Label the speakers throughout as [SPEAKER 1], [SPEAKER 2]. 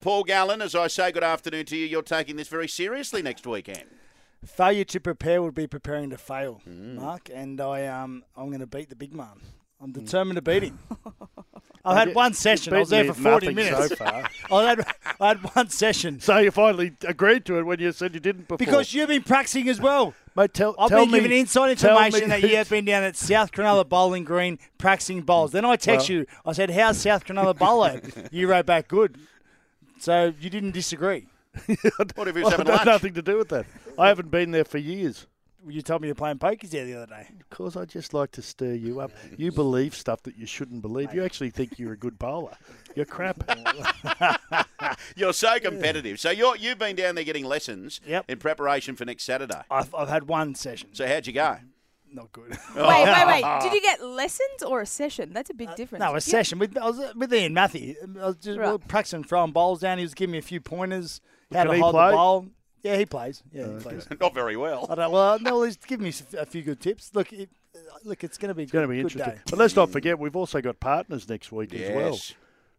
[SPEAKER 1] Paul Gallen, as I say good afternoon to you, you're taking this very seriously next weekend.
[SPEAKER 2] Failure to prepare would be preparing to fail,
[SPEAKER 3] Mm.
[SPEAKER 2] Mark. And I, um, I'm going to beat the big man. I'm
[SPEAKER 3] Mm.
[SPEAKER 2] determined to beat him. I had one session. I was there for 40 minutes.
[SPEAKER 3] So, far.
[SPEAKER 2] I had I had one session
[SPEAKER 3] so you finally agreed to it when you said you didn't before.
[SPEAKER 2] because you've been practicing as well.
[SPEAKER 3] mate, tell,
[SPEAKER 2] I've
[SPEAKER 3] tell
[SPEAKER 2] been
[SPEAKER 3] me,
[SPEAKER 2] given inside
[SPEAKER 3] tell me
[SPEAKER 2] information that you have been down at South Cronulla Bowling Green practicing bowls. Then I text you. I said, "How's South Cronulla bowling?" you wrote back, "Good." So you didn't disagree.
[SPEAKER 1] What if he was having
[SPEAKER 3] Well, it has
[SPEAKER 1] lunch?
[SPEAKER 3] nothing to do with that. I haven't been there for years.
[SPEAKER 2] You told me you're playing pokies there the other day.
[SPEAKER 3] Because I just like to stir you up. You believe stuff that you shouldn't believe. You actually think you're a good bowler. You're crap.
[SPEAKER 1] You're so competitive. So you're, you've been down there getting lessons
[SPEAKER 2] Yep.
[SPEAKER 1] in preparation for next Saturday.
[SPEAKER 2] I've, I've had one session.
[SPEAKER 1] So how'd you go?
[SPEAKER 2] Not good.
[SPEAKER 4] Wait, wait, wait. Did you get lessons or a session? That's a big difference.
[SPEAKER 2] Uh, No, a
[SPEAKER 4] Yeah.
[SPEAKER 2] session with I was uh, with Ian Matthew. I was just
[SPEAKER 4] Right.
[SPEAKER 2] practicing throwing bowls down. He was giving me a few pointers how
[SPEAKER 3] Can
[SPEAKER 2] to
[SPEAKER 3] he
[SPEAKER 2] hold
[SPEAKER 3] play? Oh,
[SPEAKER 2] the ball. Yeah, he plays. Yeah, he plays.
[SPEAKER 1] Not very
[SPEAKER 2] I
[SPEAKER 1] well.
[SPEAKER 2] don't, well, no, he's giving me a few good tips. Look, it, uh, look, it's going to be
[SPEAKER 3] It's going to be interesting. But let's not forget, we've also got partners next week as well.
[SPEAKER 1] Yes.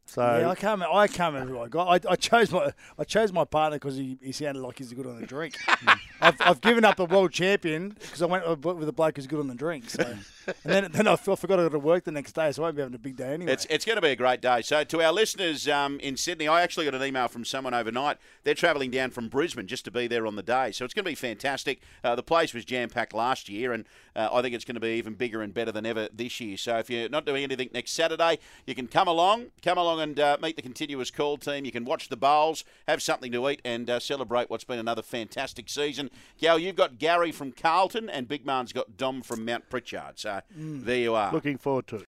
[SPEAKER 3] So
[SPEAKER 2] Yeah, I can't. remember- I can't remember who I got. I, I chose my. I chose my partner because he, he sounded like he's good on the drink.
[SPEAKER 3] Hmm.
[SPEAKER 2] I've, I've given up a world champion because I went with with a bloke who's good on the drink. So, and then then I, f- I forgot I got to work the next day, so I won't be having a big day anyway.
[SPEAKER 1] It's, it's going to be a great day. So, to our listeners um, in Sydney, I actually got an email from someone overnight. They're travelling down from Brisbane just to be there on the day. So, it's going to be fantastic. Uh, the place was jam packed last year, and uh, I think it's going to be even bigger and better than ever this year. So, if you're not doing anything next Saturday, you can come along. Come along and uh, meet the continuous call team. You can watch the bowls, have something to eat, and uh, celebrate what's been another fantastic season. Gal, you've got Gary from Carlton, and Big Man's got Dom from Mount Pritchard. So, there you are.
[SPEAKER 3] looking forward to it.